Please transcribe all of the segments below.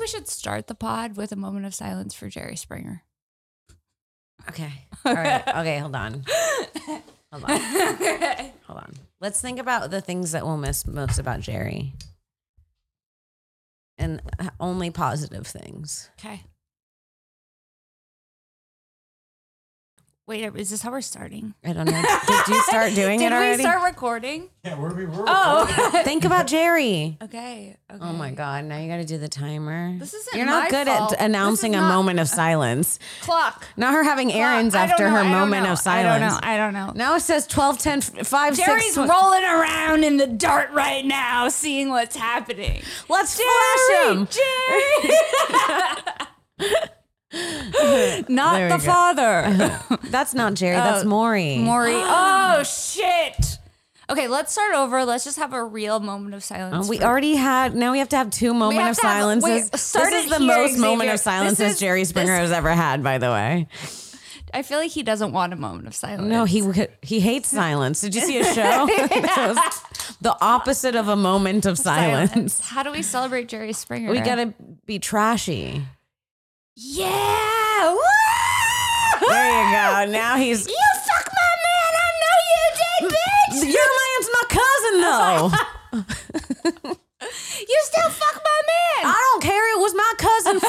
we should start the pod with a moment of silence for Jerry Springer. Okay. All right. Okay. Hold on. Hold on. Hold on. Let's think about the things that we'll miss most about Jerry. And h- only positive things. Okay. Wait, is this how we're starting? I don't know. Did you start doing Did it already? we start recording? Yeah, where we were. Oh. Think about Jerry. okay. Okay. Oh my God. Now you got to do the timer. This isn't You're not my good fault. at announcing This a is not- moment of silence. Clock. Not her having errands Clock. I don't after know, her I don't moment know, of silence. I don't know. I don't know. Now it says 12, 10, 5, 6. Jerry's tw- rolling around in the dirt right now, seeing what's happening. Let's flash Jerry, him. Jerry. There Not we the go. father. That's not Jerry. That's Maury. Maury. oh shit. Okay, let's start over. Let's just have a real moment of silence. Uh, we for- already had. Now we have to have two moment have of to have- silences. wait, start this is it the here, most moment Xavier. of silences This is- Jerry Springer has ever had. By the way, I feel like he doesn't want a moment of silence. no, he would- he hates silence. Did you see a show? It was the opposite of a moment of silence. How do we celebrate Jerry Springer? We gotta be trashy. Yeah. Woo! There you go. Now he's. You fuck my man. I know you did, bitch. Your man's my cousin, though. You still fuck my man. I don't care. It was my cousin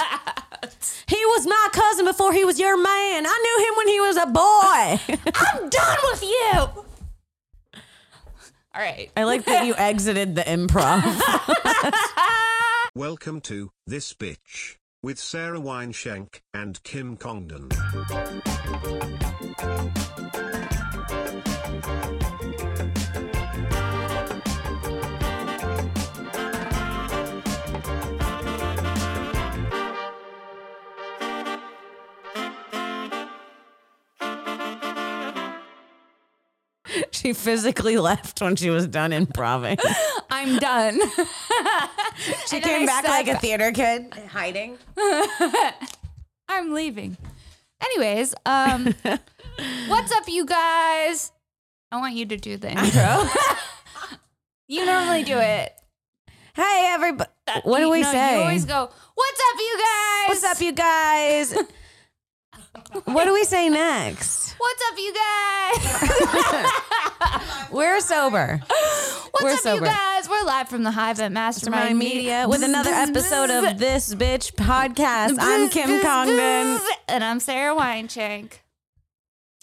first. He was my cousin before he was your man. I knew him when he was a boy. I'm done with you. All right. I like that you exited the improv. Welcome to This Bitch with Sarah Wineshank and Kim Congdon. She physically left when she was done improving. I'm done. She And then I came back sat like a back. theater kid, hiding. I'm leaving. Anyways, um, what's up, you guys? I want you to do the intro. you normally do it. Hey, everybody. What do Uh, You- we no, say? You always go, "What's up, you guys? What's up, you guys? what do we say next? What's up, you guys? We're sober. What's We're up, sober. you guys? We're live from the Hive at Mastermind, Mastermind Media with another episode of This Bitch Podcast. I'm Kim Congdon. and I'm Sarah Weinschank.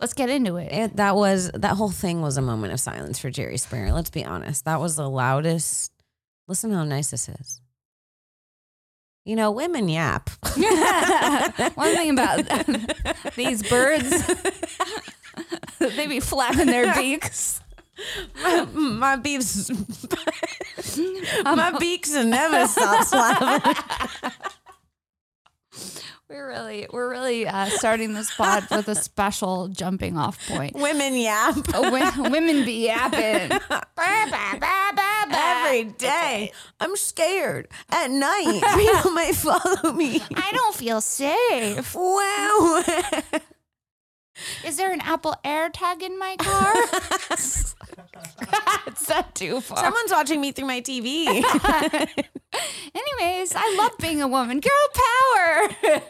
Let's get into it. It, that was that whole thing was a moment of silence for Jerry Springer. Let's be honest. That was the loudest. Listen how nice this is. You know, women yap. One thing about these birds, they be flapping their beaks. my beaks, my beaks never stop slapping. We're really, we're really uh, starting this pod with a special jumping off point. Women yap Oh, wo- women be yapping every day. I'm scared at night. People may follow me. I don't feel safe. Wow. Is there an Apple AirTag in my car? it's not too far. Someone's watching me through my TV. Anyways, I love being a woman. Girl power.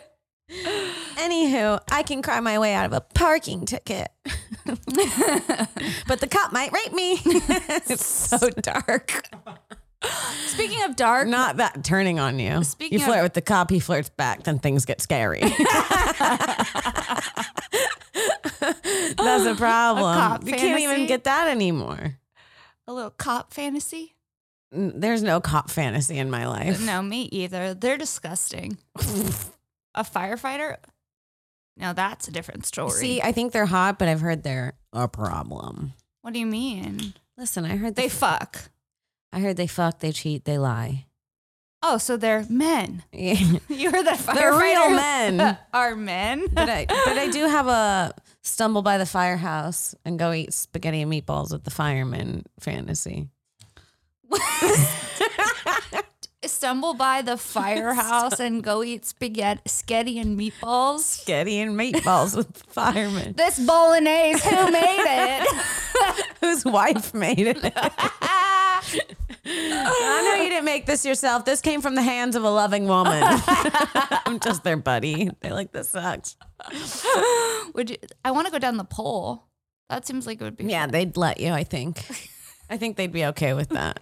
Anywho, I can cry my way out of a parking ticket. but the cop might rape me. it's so dark. Speaking of dark, Not that turning on you. Speaking you flirt of- with the cop, he flirts back, then things get scary. That's a problem. cop you can't even fantasy? get that anymore. a little cop fantasy. N- There's no cop fantasy in my life. No, me either. They're disgusting. a firefighter? Now that's a different story. See, I think they're hot, but I've heard they're a problem. what do you mean? Listen, I heard they, They fuck. I heard they fuck, they cheat, they lie. Oh, so they're men. Yeah. You heard that They're firefighters real men. are men. but I but I do have a stumble by the firehouse and go eat spaghetti and meatballs with the fireman fantasy. Stumble by the firehouse and go eat spaghetti, sketty and meatballs. Spaghetti and meatballs with the fireman. This bolognese, who made it? Whose wife made it. Ah. I know you didn't make this yourself. This came from the hands of a loving woman. I'm just their buddy. They're like, this sucks. Would you, I want to go down the pole? That seems like it would be. Yeah, they'd let you, I think. I think they'd be okay with that.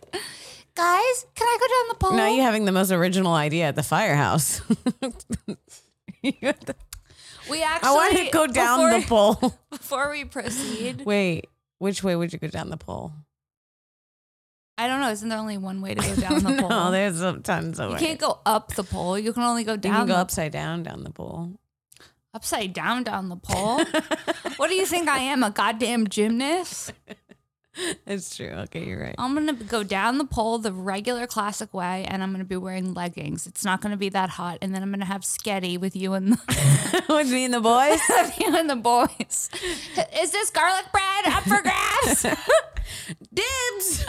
Guys, can I go down the pole? Now you're having the most original idea at the firehouse. You have to- we actually. I want to go down the before- pole. Before we proceed, Wait, which way would you go down the pole? I don't know. Isn't there only one way to go down the pole? no, there's uh, tons of you ways. can't go up the pole. You can only go You down. can go the- upside down down the pole. upside down down the pole. what do you think I am? A goddamn gymnast? It's true. Okay, you're right. I'm gonna go down the pole the regular classic way, and I'm gonna be wearing leggings. It's not gonna be that hot, and then I'm gonna have sketty with you and the, With me and the boys. with you and the boys. Is this garlic bread up for grabs? Dibs.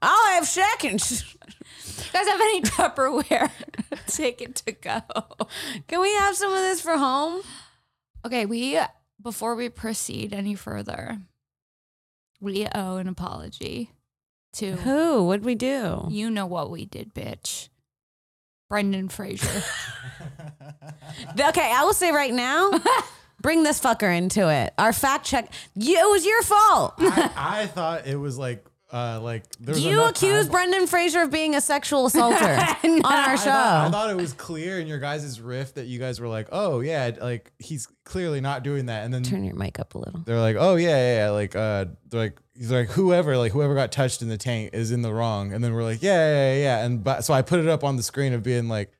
I'll have seconds. You guys have any Tupperware? Take it to go. Can we have some of this for home? Okay, we before we proceed any further, we owe an apology to Who? What'd we do? you know what we did, bitch. Brendan Fraser. Okay, I will say right now, bring this fucker into it. Our fact check. You, it was your fault. I, I thought it was like, uh, like there was You enough accused time. Brendan Fraser of being a sexual assaulter on our I show. thought, I thought it was clear in your guys' riff that you guys were like, oh yeah, like he's clearly not doing that. And then Turn your mic up a little. they're like, oh yeah, yeah, yeah. like uh, they're like he's like whoever like whoever got touched in the tank is in the wrong, and then we're like, yeah, yeah, yeah, yeah. and but so I put it up on the screen of being like,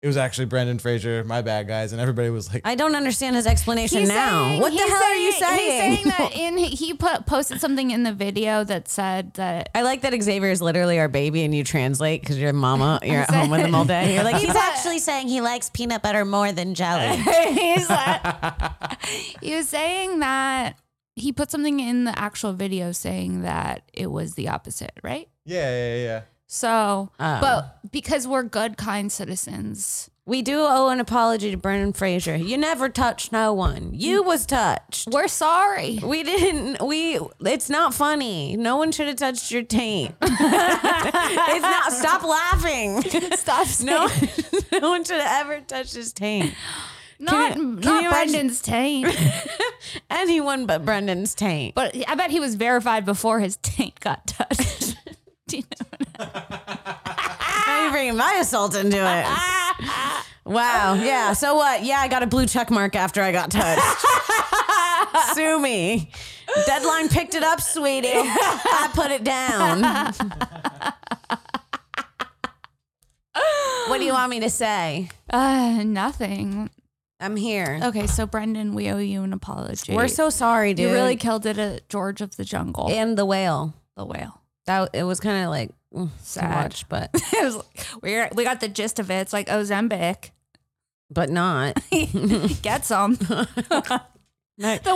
it was actually Brandon Fraser, my bad guys, and everybody was like, I don't understand his explanation He's now. saying- what the he's hell are you saying? He's saying that in he put posted something in the video that said that I like that Xavier is literally our baby and you translate because your mama, you're at home with him all day. You're like, he's actually saying he likes peanut butter more than jelly. he's like, he was saying that he put something in the actual video saying that it was the opposite, right? yeah, yeah, yeah, yeah. So, Oh. but because we're good, kind citizens, we do owe an apology to Brendan Fraser. You never touched no one. Mm. You was touched. we're sorry. We didn't. We. It's not funny. No one should have touched your taint. it's not. Stop laughing. Stop saying No. no one should have ever touched his taint. not can not you imagine- Brendan's taint, Anyone but Brendan's taint. but I bet he was verified before his taint got touched. Do you know what Now you're bringing my assault into it. wow. Yeah. So what? Yeah, I got a blue check mark after I got touched. Sue me. Deadline picked it up, sweetie. I put it down. what do you want me to say? I- uh, nothing. I'm here. Okay, so Brendan, we owe you an apology. We're so sorry, dude. you really killed it at George of the Jungle, and the whale. the whale. That it was kind of like mm, to Sad. watch, but it was like, we're, we got the gist of it. It's like Ozempic, but not. get some. the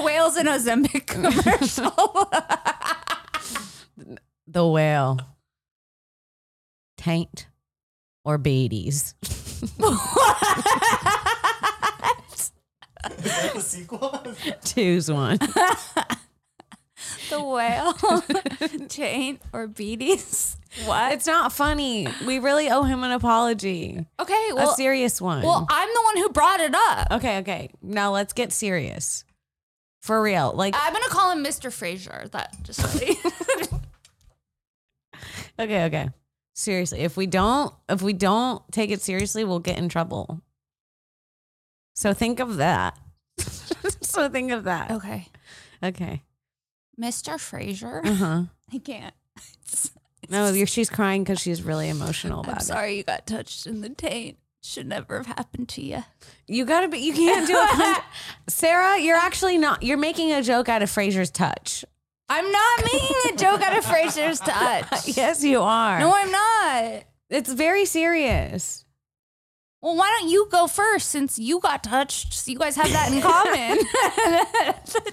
whales in Ozempic commercial. the whale, taint, or beaties. Choose one. the whale, Jane or Beatties. What? It's not funny. We really owe him an apology, okay, a well, serious one. well, I'm the one who brought it up. okay, okay. Now let's get serious, for real. Like, I'm gonna call him Mr. Fraser. That just okay, okay. Seriously, if we don't, if we don't take it seriously, we'll get in trouble. So think of that. so think of that. okay, Mm. Okay. Mr. Fraser. Uh huh. I can't. No, you're, she's crying because she's really emotional about I'm sorry you got touched in the taint. Should never have happened to you. it. You gotta be. You can't do it. hun- Sarah, you're actually not. You're making a joke out of Fraser's touch. I'm not making a joke out of Fraser's touch. Yes, you are. No, I'm not. it's very serious. Well, why don't you go first since you got touched? So you guys have that in common.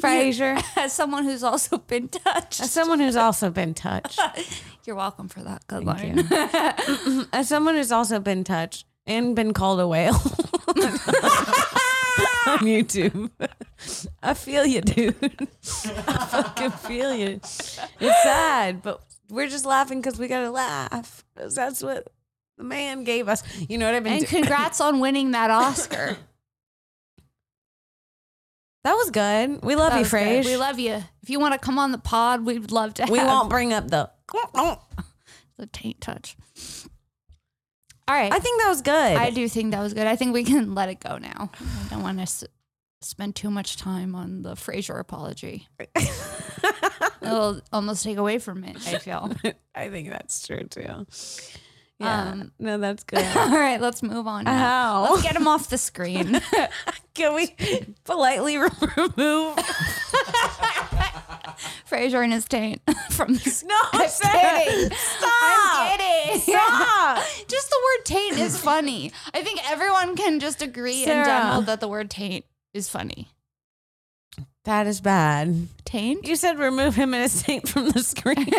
Fraser, As someone who's also been as touched, someone who's also been touched, you're welcome for that. Good Thank line. as someone who's also been touched and been called a whale. on YouTube. I feel you, dude. I fucking feel you. It's sad, but we're just laughing because we gotta laugh. 'Cause that's what the man gave us. You know what I've been And doing? congrats on winning that Oscar. that was good. We love That you, was good. Frage. We love you. If you want to come on the pod, we'd love to. we have won't bring up the. the taint touch. All right, I think that was good. I do think that was good. I think we can let it go now. I don't want to s- spend too much time on the Fraser apology. It'll almost take away from it. I feel. I think that's true too. Yeah. Um, no, that's good. All right, let's move on. Now. How Let's get him off the screen. can we politely remove? Fraser and his taint from the screen. No, I'm kidding. I'm Stop. kidding. Stop. Just the word taint is funny. I think everyone can just agree in Sarah. general that the word taint is funny. That is bad. Taint? You said remove him and his taint from the screen.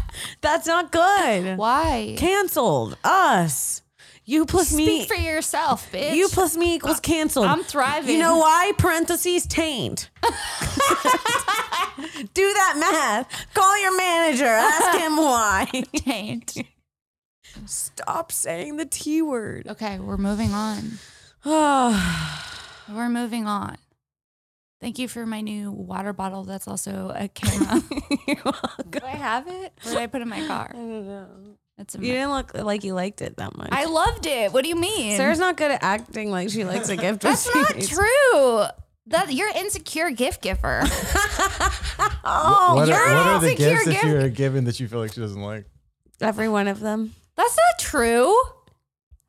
That's not good. Why? Canceled us. You plus me. Speak for yourself, bitch. Uh, you plus me equals canceled. I'm thriving. You know why? Parentheses taint. Do that math. Call your manager. Ask him why. taint. Stop saying the T word. Okay, we're moving on. We're moving on. Thank you for my new water bottle. That's also a camera. Do I have it? Where did I put it in my car? That's in You my- didn't look like you liked it that much. I loved it. What do you mean? Sarah's not good at acting like she likes a gift. That's not receipt. true. That you're insecure gift giver. Oh, what you're are, what an are the insecure gifts that you gift- are given that you feel like she doesn't like? every one of them. That's not true.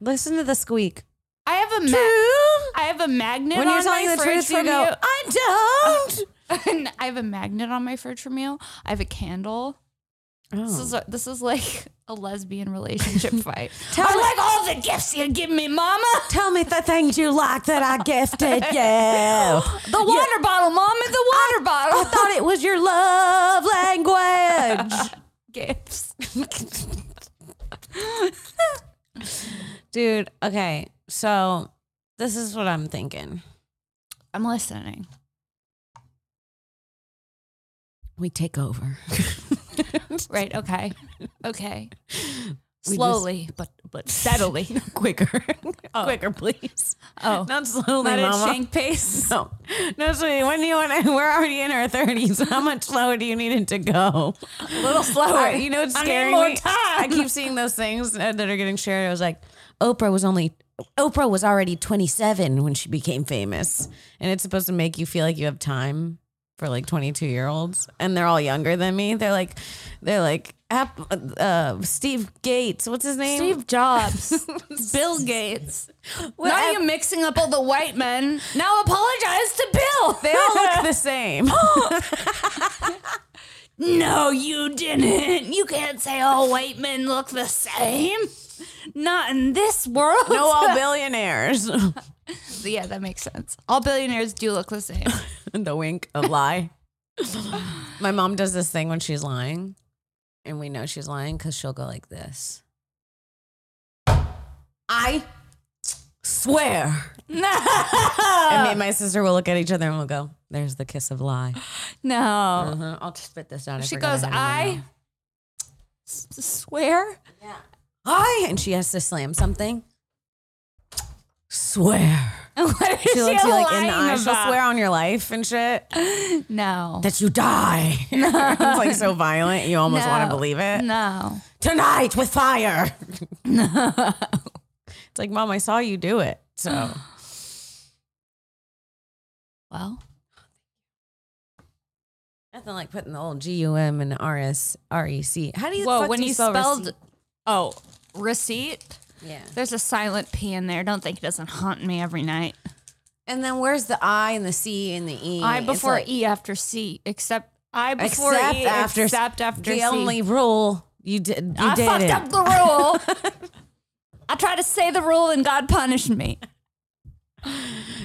Listen to the squeak. I have a ma- I have a magnet When you're on telling my the fridge truth, you from go, you. I don't. And I have a magnet on my fridge from you. I have a candle. This is a, this is like a lesbian relationship fight. Tell I me- like all the gifts you give me, Mama. Tell me the things you like that I gifted you. The water bottle, Mama. The water I bottle. thought it was your love language. gifts. Dude, okay. So this is what I'm thinking. I'm listening. We take over. Right. Okay. Okay. just- Slowly, but but steadily. Quicker. Quicker, please. Oh, Not slowly, not at mama. shank pace. No, no, sweetie. When do you want to? We're already in our thirties. How much lower do you need it to go? A little slower. I- you know, it's I need scaring more me. time. I keep seeing those things uh, that are getting shared. I was like, Oprah was only Oprah was already twenty seven when she became famous, and it's supposed to make you feel like you have time for like twenty two year olds, and they're all younger than me. They're like, they're like. App- uh, Steve Gates, what's his name? Steve Jobs, Bill Gates. now I- you're mixing up all the white men. Now apologize to Bill. They all look the same. No, you didn't. You can't say all white men look the same. Not in this world. no, all billionaires. Yeah, that makes sense. All billionaires do look the same. the wink, a lie. My mom does this thing when she's lying, and we know she's lying because she'll go like this. I swear. And me and my sister will look at each other and we'll go, "There's the kiss of lie." no. Uh-huh. I'll just spit this out. Oh. she forgot goes, had it in my I mouth." s- swear. I, and she has to slam something. Swear. What is she, She looks you like in the lying eye. She'll about? swear on your life and shit No. that you die. it's like so violent. You almost want to No. believe it. No. tonight with fire. it's like, mom, I saw you do it. So Well, nothing like putting the old G U M and R S R E C. How do you? whoa, fuck when do you spell spelled, receipt? oh, receipt, yeah. there's a silent P in there. Don't think it doesn't haunt me every night. And then where's the I and the C and the E? I It's before like- E after C, except I before except E after except after the C. only rule you did. You I did fucked it. up the rule. I tried to say the rule and God punished me.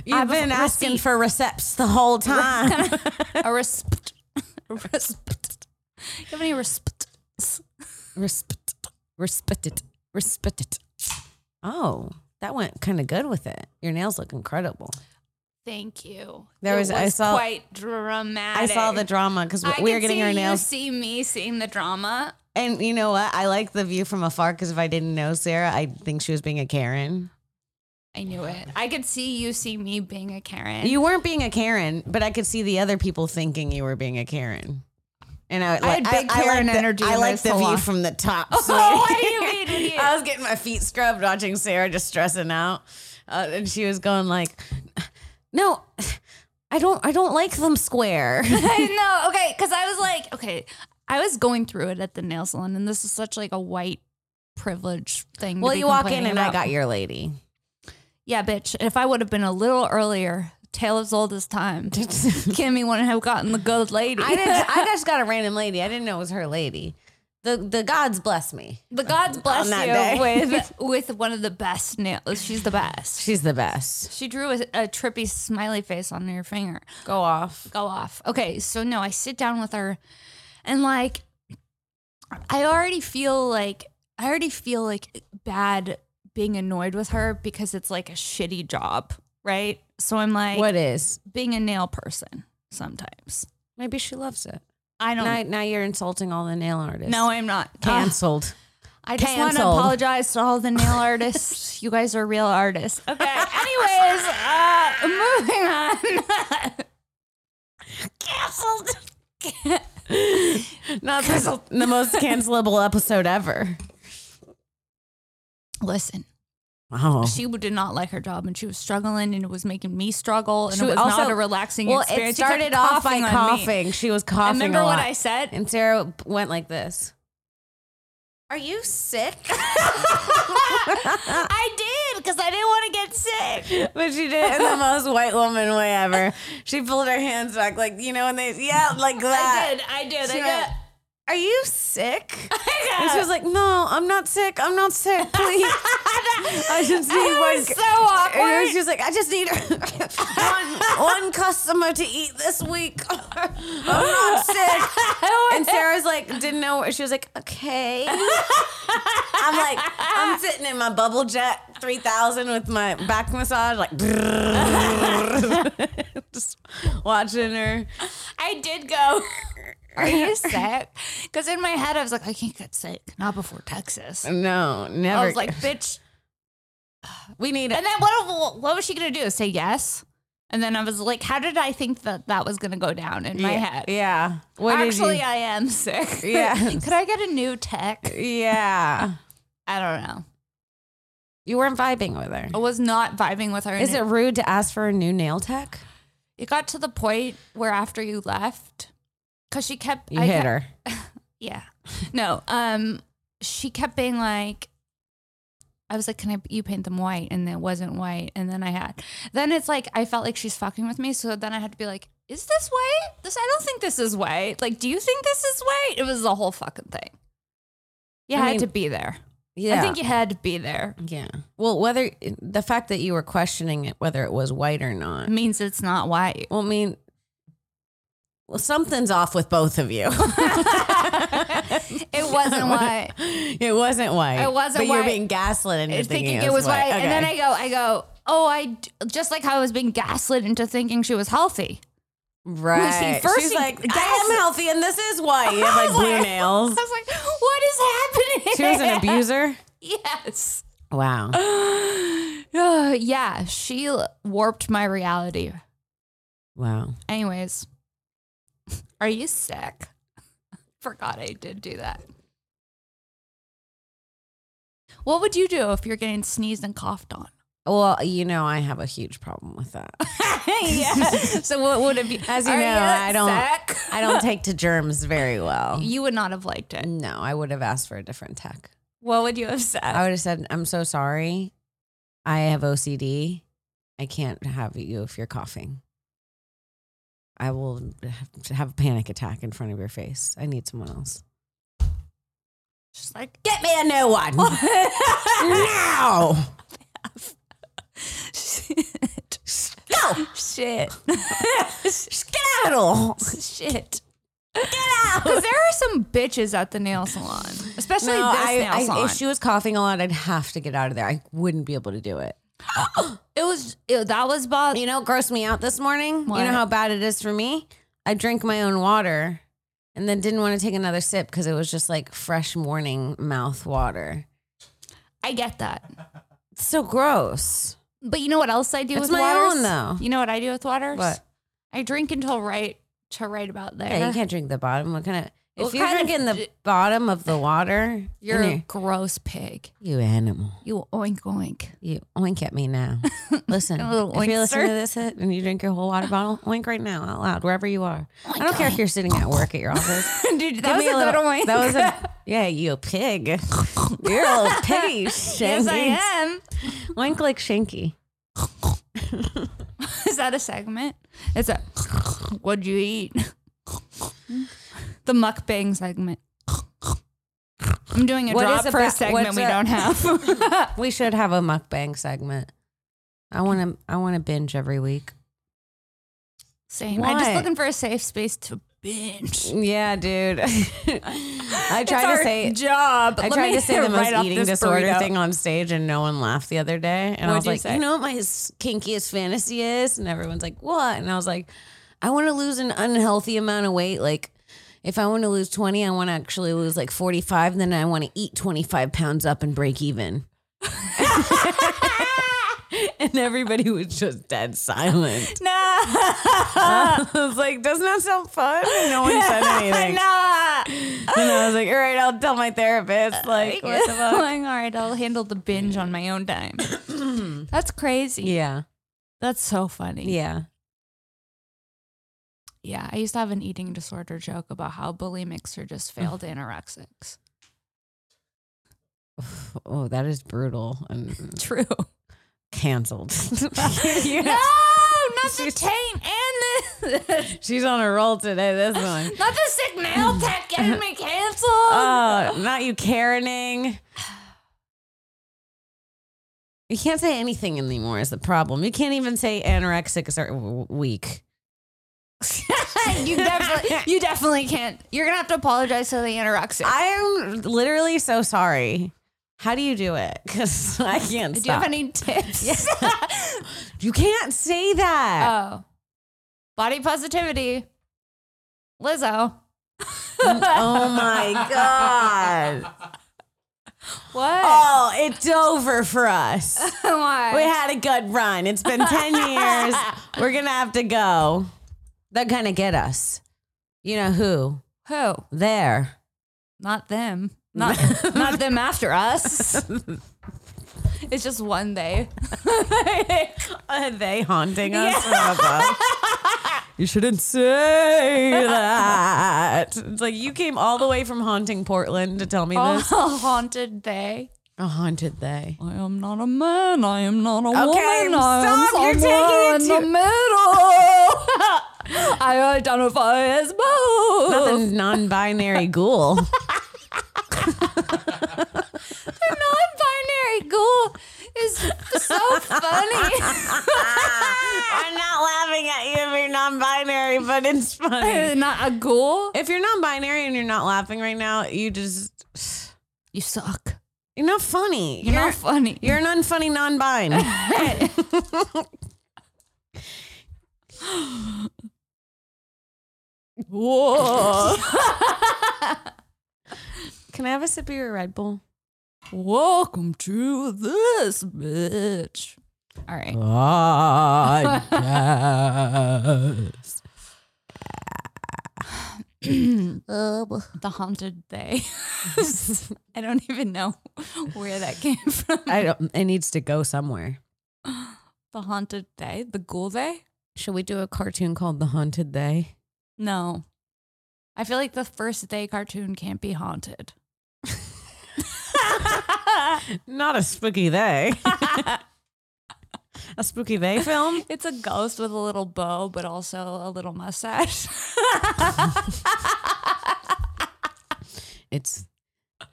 You've I been before- asking receipt. for recepts the whole time. A respect. respect. You have any respect? respect, respect it, respect it. Oh, That went kind of good with it. Your nails look incredible. Thank you. There It was- I saw- quite dramatic. I saw the drama because I we could were getting see our nails. You see me seeing the drama. And you know what? I like the view from afar because if I didn't know Sarah, I think she was being a Karen. I knew it. I could see you see me being a Karen. You weren't being a Karen, but I could see the other people thinking you were being a Karen. And I, I had like- big Karen like the- energy I in like this the view salon. from the top. Oh, so- what do you mean, did you? I was getting my feet scrubbed watching Sarah just stressing out, uh, and she was going like, "No, I don't. I don't like them square." I know. Okay, because I was like, okay, I was going through it at the nail salon, and this is such like a white privilege thing. to well, be you walk in complaining and I about. got your lady. Yeah, bitch. If I would have been a little earlier, tale as old as time, Kimmy wouldn't have gotten the good lady. I didn't. I just got a random lady. I didn't know it was her lady. The the gods bless me. the gods bless On you that day. with with one of the best nails. She's the best. She's the best. She drew a, a trippy smiley face on her finger. Go off. go off. Okay, so no, I sit down with her and like I already feel like I already feel like bad being annoyed with her because it's like a shitty job, right? So I'm like what is? being a nail person sometimes. Maybe she loves it. I don't Now, now you're insulting all the nail artists. No, I'm not. Ugh, canceled. I just want to canceled. apologize to all the nail artists. you guys are real artists. Okay. Anyways, uh moving on. canceled. Not the, the most cancelable episode ever. Listen, Oh. she did not like her job and she was struggling and it was making me struggle and She it was also- not a relaxing Well, it experience. She kept started off by coughing on me. coughing. She was I coughing. remember a what lot. I said? And Sarah went like this. Are you sick? I did because I didn't want to get sick. but she did it in the most white woman way ever. She pulled her hands back, like you know, and they yeah, like that. I did. I did. She I went, got, Are you sick? And she I was like, No, I'm not sick. I'm not sick. Please. I just need got, one. was so And awkward. she was like, I just need one, one customer to eat this week. I'm not sick. And Sarah's like, didn't know. She was like, okay. I'm like, I'm sitting in my bubble jet 3000 with my back massage, like, just watching her. I did go. Are you sick? Because in my head I was like, I can't get sick. Not before Texas. No, never. I was like, bitch. we need And then what? What was she gonna do? Say yes? And then I was like, how did I think that that was gonna go down in my yeah, head? Yeah. What did Actually, you- I am sick. Yeah. Could I get a new tech? yeah. I don't know. You weren't vibing with her. I was not vibing with her. and Is it rude to ask for a new nail tech? It got to the point where after you left, because she kept. You I hit kept- her. Yeah. No. Um. She kept being like. I was like, "Can I? You paint them white?" And it wasn't white. And then I had. Then it's like I felt like she's fucking with me. So then I had to be like, "Is this white? This I don't think this is white. Like, do you think this is white?" It was the whole fucking thing. Yeah, I I, mean- had to be there. Yeah. I think you had to be there. yeah. Well, whether the fact that you were questioning it, whether it was white or not, It means it's not white. well, I mean, well, something's off with both of you. It wasn't white. it wasn't white. It wasn't But you're white. being gaslit and I you're was thinking, thinking it was white. Okay. And then I go, I go, oh, I d- just like how I was being gaslit into thinking she was healthy. right. first She's he like, I gas- am healthy and this is white. You have I like was blue like- I nails. was like, what is happening? Oh. She was an abuser. Yes. Wow. Ugh, yeah, she l- warped my reality. Wow. Anyways, are you sick? Forgot I did do that. What would you do if you're getting sneezed and coughed on? Well, you know, I have a huge problem with that. yeah. So what would it be? As you Are know, I don't- sick? I don't take to germs very well. You would not have liked it. No, I would have asked for a different tech. What would you have said? I would have said, I'm so sorry. I have OCD. I can't have you if you're coughing. I will have- have a panic attack in front of your face. I need someone else. She's like, Get me a new one. now. shit, Go. shit, Skedaddle. shit. Because there are some bitches at the nail salon, especially No, this I, nail I- salon. if she was coughing a lot, I'd have to get out of there. I wouldn't be able to do it. it was it, that was bothering. Oh, You know, what grossed me out this morning. What? You know how bad it is for me. I drank my own water, and then didn't want to take another sip because it was just like fresh morning mouth water. I get that, It's so gross. but you know what else I do It's with my waters? own, though. You know what I do with waters? What? I drink until right to right about there. Yeah, you can't drink the bottom. What kind of? If What you're kind of drinking the d- bottom of the water, You're then a gross pig. you're- you animal. You oink oink. You oink at me now. Listen, A little if you're listening oinkster. to this hit and you drink your whole water bottle, oink right now out loud wherever you are. Oh I don't care if you're sitting at work at your office. Dude, that Give was me a, little- little oink. That was a yeah. You pig. You're a little piggy. yes, I Shanky. am. Oink like Shanky. Is that a segment? It's a what'd you eat? The mukbang segment. I'm doing a What drop is a for a ba- segment what's we a- don't have. We should have a mukbang segment. I want to. I want to binge every week. Same. I'm just What? looking for a safe space to binge. Yeah, dude. I It's tried our to say job. I Let tried me to say the most write off eating this disorder burrito. thing on stage, and no one laughed the other day. And I What'd was you like, say? you know what my s- kinkiest fantasy is? And everyone's like, what? And I was like, I want to lose an unhealthy amount of weight. Like, if I want to lose 20, I want to actually lose like 45. And then I want to eat 25 pounds up and break even. and everybody was just dead silent. Nah. I was like, doesn't that sound fun? And no one said anything. nah. And I was like, all right, I'll tell my therapist. Uh, Like, what the fuck? Like, all right, I'll handle the binge on my own time. That's crazy. Yeah. That's so funny. Yeah. Yeah, I used to have an eating disorder joke about how bulimics are just failed anorexics. Oh, that is brutal and True. canceled. No, not the taint and the She's on a roll today, this one. not the sick nail tech getting me canceled. Oh, not you Karening. You can't say anything anymore is the problem. You can't even say anorexics are w- weak. you definitely you definitely can't. You're gonna have to apologize to the anorexic. I, I am literally so sorry. How do you do it? Because I can't Do you stop. have any tips? you can't say that. oh. Body positivity. Lizzo. oh my God. What? Oh, it's over for us. Why? We had a good run. It's been 10 years. We're going to have to go. They're going to get us. You know who? Who? There. Not them. Not not them after us. It's just one day. Are they haunting us from above? You shouldn't say that. It's like you came all the way from haunting Portland to tell me Oh, this. haunted day. A haunted they. I am not a man. I am not a Okay, woman. I stop. You're am taking somewhere it in the too- middle. I identify as both. Not the non-binary ghoul. The non-binary ghoul is so funny. I'm not laughing at you if you're non-binary, but it's funny. not a ghoul. If you're non-binary and you're not laughing right now, you just You suck. you're not funny. You're, not funny. you're an unfunny non-bine. whoa, Can I have a sip of your Red Bull? welcome to this bitch. All right. the haunted day. I don't even know where that came from. I don't. It needs to go somewhere. The haunted day, the ghoul day. Should we do a cartoon called The Haunted Day? No, I feel like the first day cartoon can't be haunted. Not a spooky day. a spooky day film. It's a ghost with a little bow, but also a little mustache. It's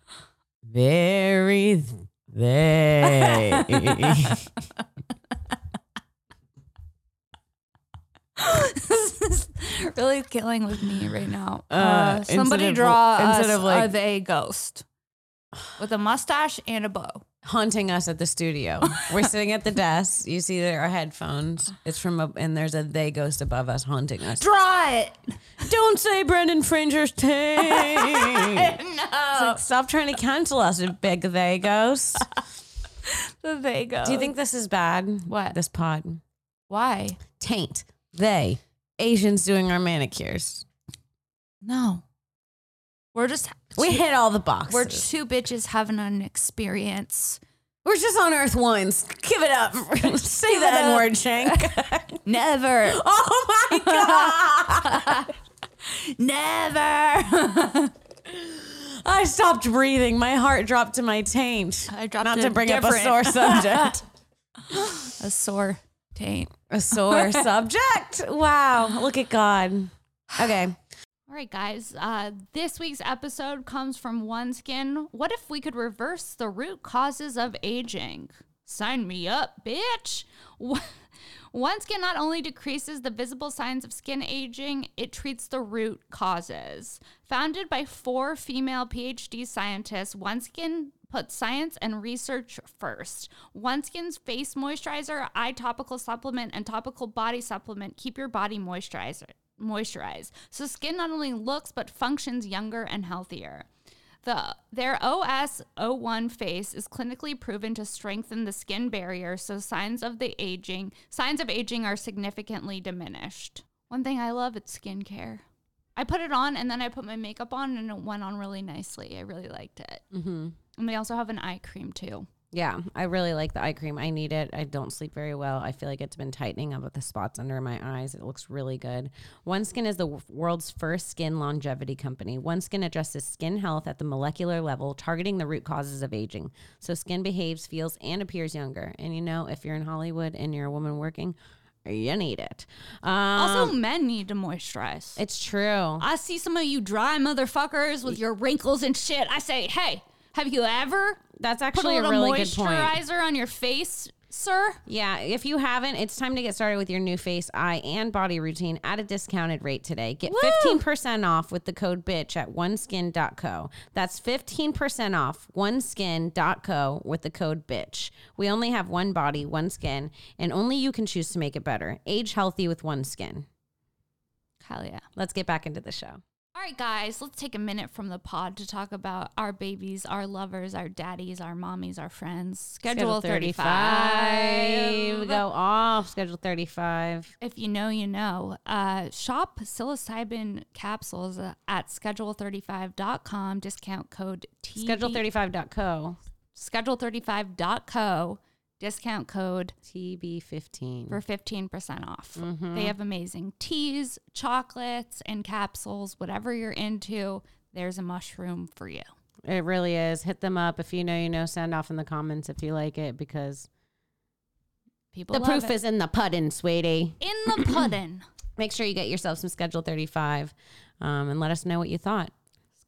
very they. this is really killing with me right now. Uh, Uh, instead somebody of- draw instead us of, like- are they ghost with a mustache and a bow. haunting us at the studio. We're sitting at the desk. You see there are headphones. It's from a, and there's a they ghost above us haunting us. Draw it. Don't say Brendan Franger's tape. No, Stop trying to cancel us, you big they ghost. the they ghost. Do you think this is bad? What? This pod. why? Taint. They. Asians doing our manicures. No, we're just We hit all the boxes. we're two bitches having an experience. We're just on Earth once. Give it up. Say it that up. word, Shank. Never, oh my God. never. I stopped breathing. My heart dropped to my taint. I dropped Not a to bring up a different- sore subject. a sore taint. a sore subject. Wow. Look at God. Okay. All right, guys. Uh, this week's episode comes from OneSkin. What if we could reverse the root causes of aging? Sign me up, bitch. OneSkin not only decreases the visible signs of skin aging, it treats the root causes. Founded by four female PhD scientists, OneSkin put science and research first. OneSkin's face moisturizer, eye topical supplement, and topical body supplement keep your body moisturizer moisturized. So skin not only looks but functions younger and healthier. The their OS01 face is clinically proven to strengthen the skin barrier, so signs of the aging signs of aging are significantly diminished. One thing I love it's skincare. I put it on and then I put my makeup on and it went on really nicely. I really liked it. Mm-hmm. And they also have an eye cream too. Yeah, I really like the eye cream. I need it. I don't sleep very well. I feel like it's been tightening up with the spots under my eyes. It looks really good. OneSkin is the w- world's first skin longevity company. OneSkin addresses skin health at the molecular level, targeting the root causes of aging. So skin behaves, feels, and appears younger. And you know, if you're in Hollywood and you're a woman working, you need it. Um, Also, men need to moisturize. it's true. I see some of you dry motherfuckers with your wrinkles and shit. I say, hey, have you ever That's put a actually a little really good point. moisturizer on your face, sir? Yeah, if you haven't, it's time to get started with your new face, eye, and body routine at a discounted rate today. Get 15% off with the code BITCH at oneskin.co. That's 15% off oneskin.co with the code BITCH. We only have one body, one skin, and only you can choose to make it better. Age healthy with one skin. Hell yeah. Let's get back into the show. All right, guys, let's take a minute from the pod to talk about our babies, our lovers, our daddies, our mommies, our friends. Schedule, 35. Go off. Schedule 35. If you know, you know. Uh, shop psilocybin capsules at schedule35.com, discount code TV. Schedule35.co. schedule35.co discount code TB15. for 15% off. Mm-hmm. They have amazing teas, chocolates, and capsules, whatever you're into. There's a mushroom for you. It really is. Hit them up if you know you know. Send off in the comments if you like it because People love it. is in the pudding, sweetie. in the pudding. Make sure you get yourself some Schedule 35 um, and let us know what you thought.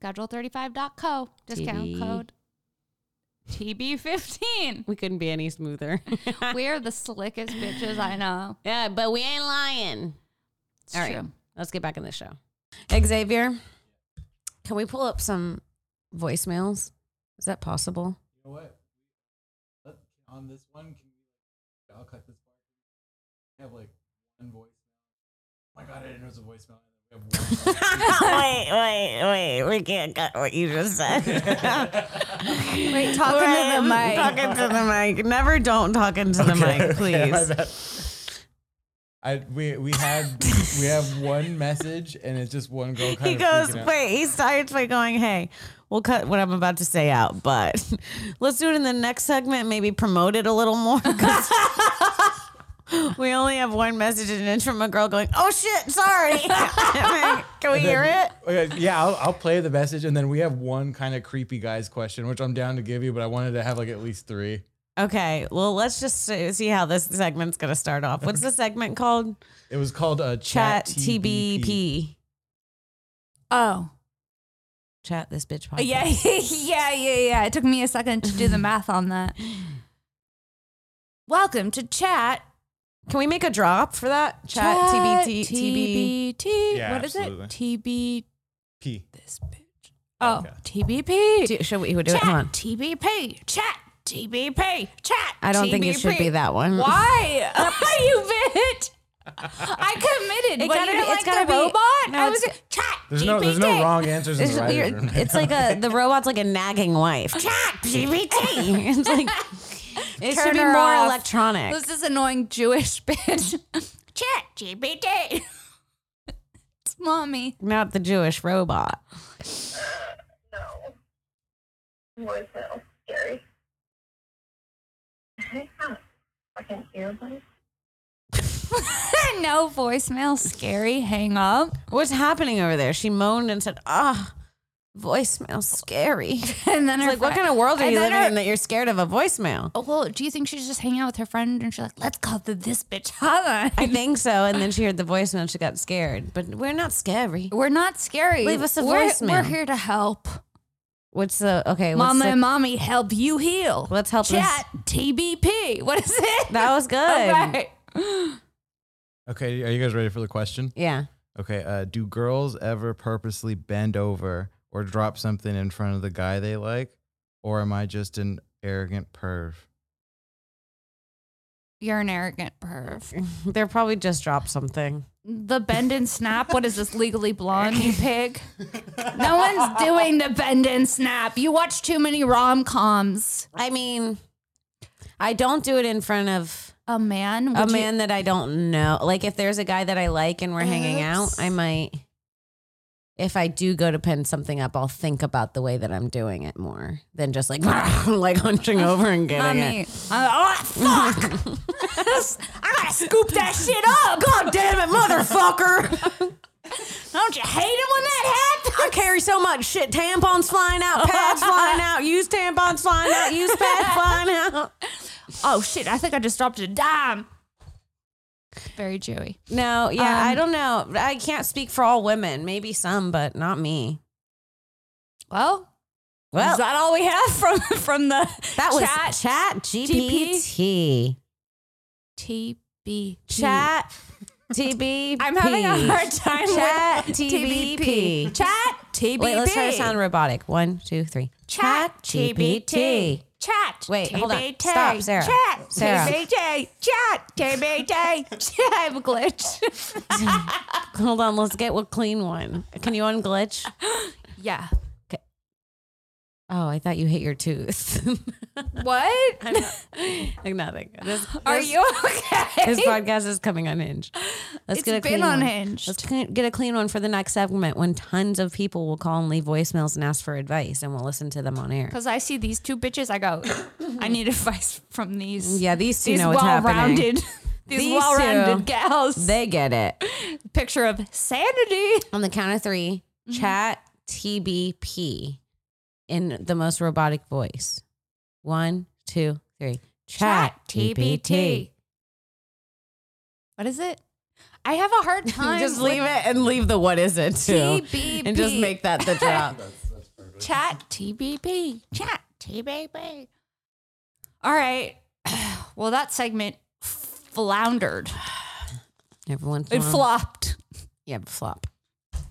schedule35.co discount TB. code TB15. We couldn't be any smoother. We're the slickest bitches I know. yeah, but we ain't lying. It's All right, true. let's get back in the show. Xavier, can we pull up some voicemails? Is that possible? You know what? Let- On this one, can you, I'll cut this part. We have like one voice. Oh my god, I didn't know it was a voicemail. We have one. wait, wait, wait. We can't cut what you just said. Wait, talking to the mic. Talking to the mic. Never don't talk into the mic, please. Okay, my bad. I we we had we have one message and it's just one girl. Kind he of goes, freaking out. wait, he starts by going, hey, we'll cut what I'm about to say out, but let's do it in the next segment, maybe promote it a little more. 'cause we only have one message and it's from a girl going, oh shit, sorry. Can we hear it? Okay, yeah, I'll, I'll play the message and then we have one kind of creepy guys question, which I'm down to give you, but I wanted to have like at least three. Okay, well, let's just s- see how this segment's going to start off. What's the segment called? It was called a Chat chat, TBP. TBP. Oh, Chat this bitch podcast. yeah, yeah, yeah, yeah. It took me a second to do the math on that. Welcome to Chat Can we make a drop for that? Chat, TBT, TB. TBT. Yeah, what is absolutely. it? TB P. this bitch. Oh, Okay. TBP. Do- Should we do it? chat Hold on. TBP. Chat TBP. Chat. I don't think it should TBP. be that one. Why? you bitch. I committed. It It gotta you gotta be- not like it's gotta the be- robot. no, I it's- was chat. There's no, there's no TBT. wrong answers in It's, the right you're- order. it's like a the robot's like a nagging wife. Chat, TBT. It's like it should Turn be her more off. electronic. Who's this annoying Jewish bitch? Chat GPT. it's mommy. Not the Jewish robot. voicemail scary. Hey, huh. Fucking earbuds. no voicemail. Scary. Hang up. What's happening over there? She moaned and said, "Ah, voicemail scary." And then It's her like, what friend- kind of world are and you then living her- in that you're scared of a voicemail? Oh, well, do you think she's just hanging out with her friend and she's like, let's call the this bitch hotline? I think so. And then she heard the voicemail and she got scared. But we're not scary. We're not scary. Leave us a we're, voicemail. We're here to help. What's the okay? What's Mama the- and mommy help you heal. Let's help this- Chat TBP. What is it? That was good. All right. Okay, are you guys ready for the question? Yeah. Okay, uh, do girls ever purposely bend over or drop something in front of the guy they like? Or am I just an arrogant perv? You're an arrogant perv. They're probably just dropped something. The bend and snap. What is this, legally blonde, you pig? No one's doing the bend and snap. You watch too many rom coms. I mean, I don't do it in front of A man. a would you- man that I don't know. Like if there's a guy that I like and we're hanging out, I might. If I do go to pin something up, I'll think about the way that I'm doing it more than just like like hunching over and getting Mommy. it. Uh, oh, fuck. I gotta scoop that shit up. God damn it, motherfucker! Don't you hate it when that happens? I carry so much shit. Tampons flying out, pads flying out, used tampons flying out, used pads flying out. Oh shit, I think I just dropped a dime. Very Jewy. No, yeah, I Um, don't know. I can't speak for all women. Maybe some, but not me. Well, Well, is that all we have from from the That was chat chat, GPT. TB Chat TBP. I'm having a hard time Chat with TBP. Chat TBP. Wait, let's try to sound robotic. One, two, three. Chat TBT. Chat. Wait, hold on. TBT. Stop, Sarah. Chat Sarah. TBT. Chat TBT. I have a glitch. Hold on. Let's get a clean one. Can you unglitch? yeah. Oh, I thought you hit your tooth. What? like nothing. This, Are you okay? this podcast is coming unhinged. Let's It's get a been clean one. unhinged. Let's clean- get a clean one for the next segment when tons of people will call and leave voicemails and ask for advice, and we'll listen to them on air. Because I see these two bitches, I go, I need advice from these. Yeah, these two these know what's happening. well-rounded, these, These well-rounded two. gals. They get it. Picture of sanity. On the count of 3 Mm-hmm. chat TBP in the most robotic voice. One, two, three. Chat, TBT. What is it? I have a hard time. it and leave the what is it TBP. that the drop. chat TBP. Chat TBP. All right. Well, that segment floundered. Everyone's It flopped. Yeah, flop.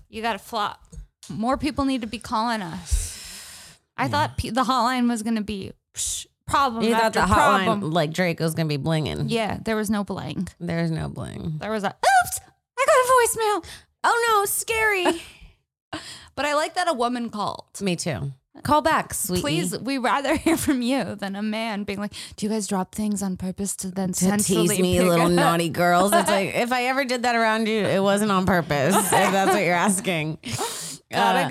You got to flop. More people need to be calling us. I thought pe- the hotline was going to be psh, problem You thought after the hotline problem. like Draco's gonna be blinging. Yeah, there was no blank. There's no bling. There was a oops. I got a voicemail. Oh no, scary. But I like that a woman called. Me too. Call back, sweetie. Please, we rather hear from you than a man being like, "Do you guys drop things on purpose to then to centrally tease me, pick little up?" naughty girls. It's like if I ever did that around you, it wasn't on purpose. if that's what you're asking. Uh, Gotta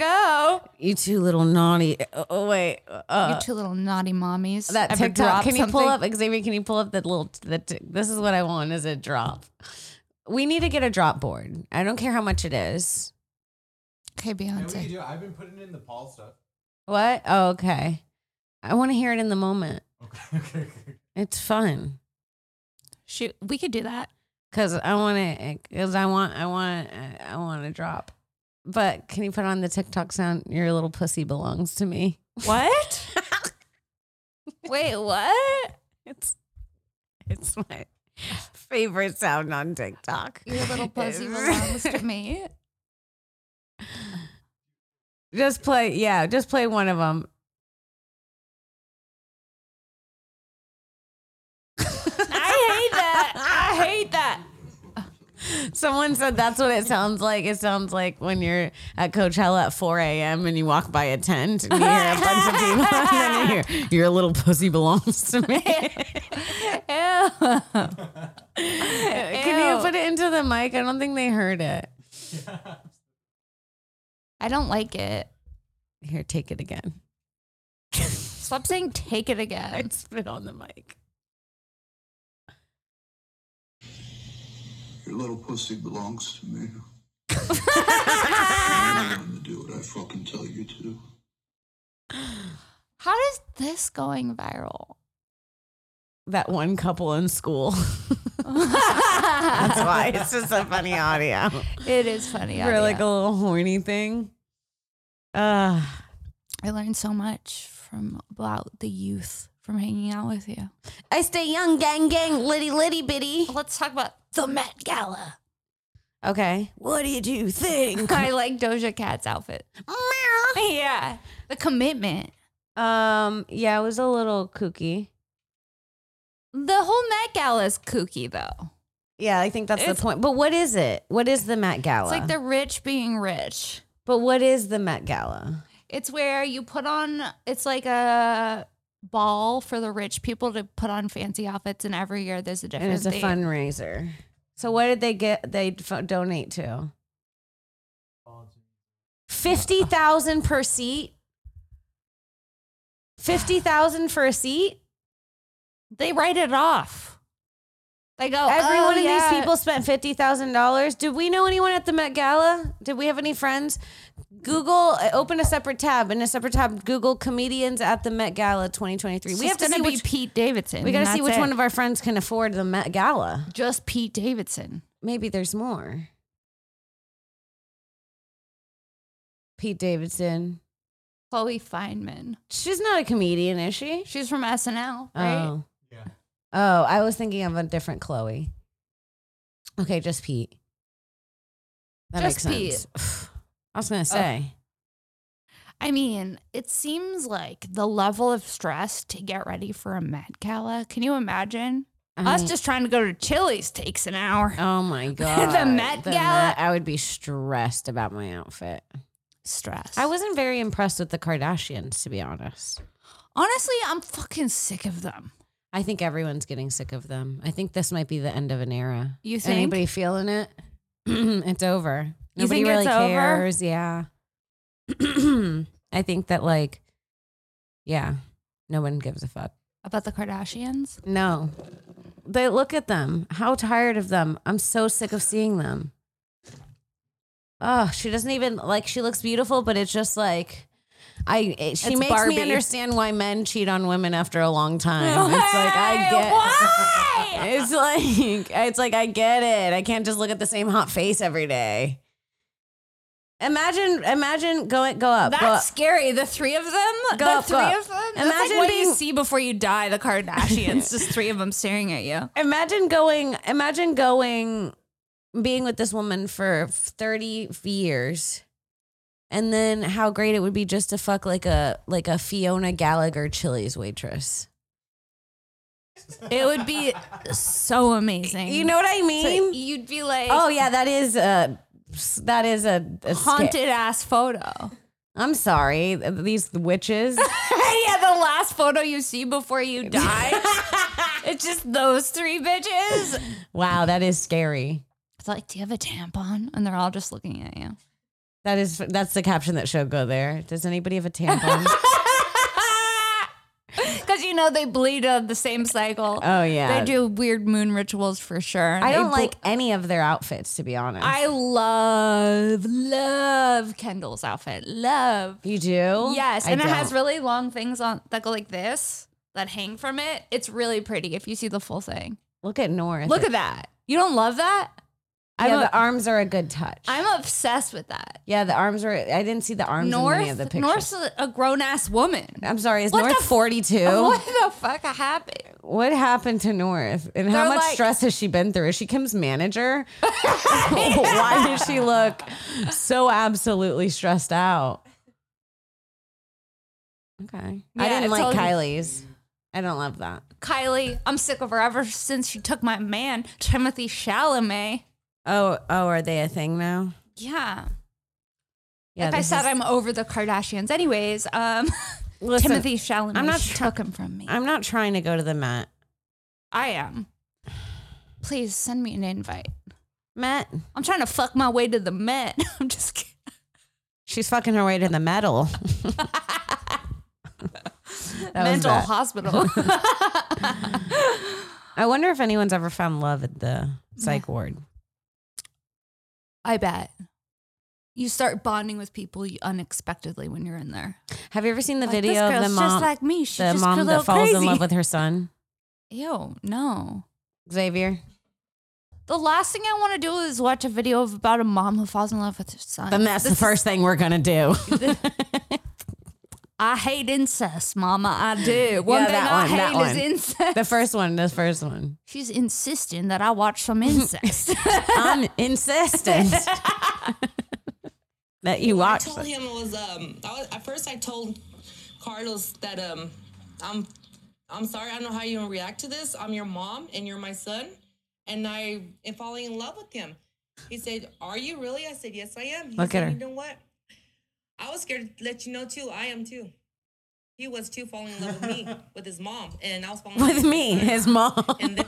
go. You two little naughty. Oh, oh, wait, uh, you two little naughty mommies. that Ever drop TikTok. Can you pull something? up Xavier? Can you pull up that little? The t- this is what I want. Is a drop. We need to get a drop board. I don't care how much it is. Okay, Beyonce. I've been putting in the Paul stuff. What? Oh, okay. I want to hear it in the moment. Okay. It's fun Shoot, we could do that. because I want to. Because I want. I want. I want to drop. But can you put on the TikTok sound? Your little pussy belongs to me. What? Wait, what? It's it's my favorite sound on TikTok. Your little pussy belongs to me. Just play, yeah, just play one of them. I hate that. I hate that. Someone said that's what it sounds like. It sounds like when you're at Coachella at 4 a.m. and you walk by a tent and you hear a bunch of people and then you hear, your little pussy belongs to me. Ew. Can you Ew. put it into the mic? I don't think they heard it. I don't like it. Here, take it again. Stop saying take it again. I spit on the mic. Your little pussy belongs to me. I'm gonna do what I fucking tell you to. How is this going viral? That one couple in school. That's why it's just a funny audio. It is funny. We're like a audio. little horny thing. Uh, I learned so much from about the youth from hanging out with you. I stay young, gang, gang, litty, litty, bitty. Let's talk about the Met Gala. Okay. What did you think? I like Doja Cat's outfit. yeah, the commitment. Um, yeah, it was a little kooky. The whole Met Gala is kooky though. Yeah, I think that's It's- the point. But what is it? What is the Met Gala? It's like the rich being rich. but what is the Met Gala? It's where you put on. It's like a ball for the rich people to put on fancy outfits, and every year there's a different. And it's a theme. fundraiser. So what did they get? They f- donate to fifty thousand per seat. Fifty thousand for a seat. They write it off. They go. Every "Oh, one of yeah." these people spent fifty thousand dollars. Did we know anyone at the Met Gala? Did we have any friends? Google, uh, open a separate tab. In a separate tab, Google comedians at the Met Gala 2023. We It's have to gonna see be which, Pete Davidson. we got to and see that's which it. one of our friends can afford the Met Gala. just Pete Davidson. Maybe there's more. Pete Davidson. Chloe Feynman. She's not a comedian, is she? She's from SNL, right? Oh. Oh, I was thinking of a different Chloe. Okay, just Pete. That Just makes sense. I was gonna say. I mean, it seems like the level of stress to get ready for a Met Gala. Can you imagine? I Us mean- just trying to go to Chili's takes an hour. Uh-huh. Oh my god. Met Gala. I would be stressed about my outfit. Stress. I wasn't very impressed with the Kardashians, to be honest. honestly, I'm fucking sick of them. I think everyone's getting sick of them. I think this might be the end of an era. You think? anybody feeling it? it's over. You Nobody think really it's over? cares. Yeah. I think that like, yeah, no one gives a fuck. About the Kardashians? No. They look at them. How tired of them. I'm so sick of seeing them. Oh, she doesn't even like she looks beautiful, but it's just like I it, she It's makes Barbie. me understand why men cheat on women after a long time. It's like I get Why? It's like it's like I get it. I can't just look at the same hot face every day. Imagine imagine going go up. go up. That's scary. The three of them? Go the up, three go up. of them? That's Imagine like what you being- see before you die, the Kardashians. just three of them staring at you. imagine going imagine going being with this woman for 30 years and then how great it would be just to fuck like a like a fiona gallagher chili's waitress It would be so amazing. you know what i mean you'd be like oh yeah that is a that is a, a sca- haunted ass photo. i'm sorry these witches yeah, the last photo you see before you die. it's just those three bitches. wow that is scary It's like, do you have a tampon? And they're all just looking at you. that is that's the caption that should go there does anybody have a tampon Because you know they bleed on the same cycle. oh yeah They do weird moon rituals for sure. i They don't bl- like any of their outfits to be honest I love love Kendall's outfit. Love. you do Yes, and it don't. has really long things on that go like this that hang from it. It's really pretty if you see the full thing. Look at North. Look at that. You don't love that? Yeah, I'm, the arms are a good touch. I'm obsessed with that. yeah, the arms are. I didn't see the arms in any of the North, North's pictures. a- a grown ass woman. I'm sorry. Is What North the f- uh, 42? What the fuck happened? What happened to North? And how They're much like- stress has she been through? Is she Kim's manager? Why does she look so absolutely stressed out? Okay. I Yeah, didn't it's like all- Kylie's. I don't love that. Kylie, I'm sick of her ever since she took my man, Timothy Chalamet. Oh, oh, are they a thing now? Yeah. Yeah, like I this said, is- I'm over the Kardashians. Anyways, um, Listen, Timothy Chalamet. I'm I'm not not she try- took him from me. I'm not trying to go to the Met. I am. Please send me an invite. Met. I'm trying to fuck my way to the Met. I'm just kidding. She's fucking her way to the medal. That was Mental bad. hospital. I wonder if anyone's ever found love at the psych ward. I bet. You start bonding with people you- unexpectedly when you're in there. Have you ever seen the Like, video this of girl's the mom, just like me. She's the just a mom little that falls crazy. in love with her son, Ew, no. Xavier? The last thing I want to do is watch a video of about a mom who falls in love with her son. Then that's the Uh, This is- first thing we're gonna do. I hate incest, Mama. I do. One Yeah, thing that I one, that hate one. is incest. the first one, the first one. She's insisting that I watch some incest. I'm insistent that you What watch. I told it. him was um I was, at first I told Carlos that um I'm I'm sorry I don't know how you react to this. I'm your mom and you're my son and I am falling in love with him. He said, "Are you really?" I said, "Yes, I am." He Look at said, her. You know what? I was scared to let you know too. I am too. He was too falling in love with me with his mom and I was falling in love With me, his son his mom. and then,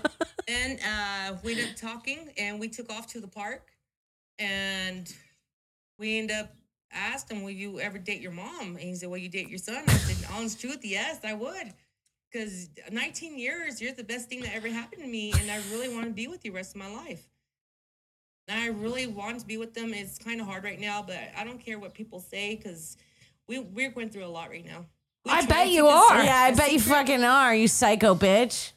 then uh, we ended up talking and we took off to the park and we end up I asked him will you ever date your mom and he said well you date your son i said honest truth yes i would because 19 years you're the best thing that ever happened to me and i really want to be with you the rest of my life and i really want to be with them it's kind of hard right now but i don't care what people say because we, we're going through a lot right now We I trying bet to you keep it are. secret. yeah, I bet you fucking are, you psycho bitch.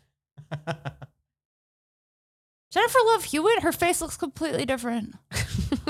Jennifer Love Hewitt, her face looks completely different.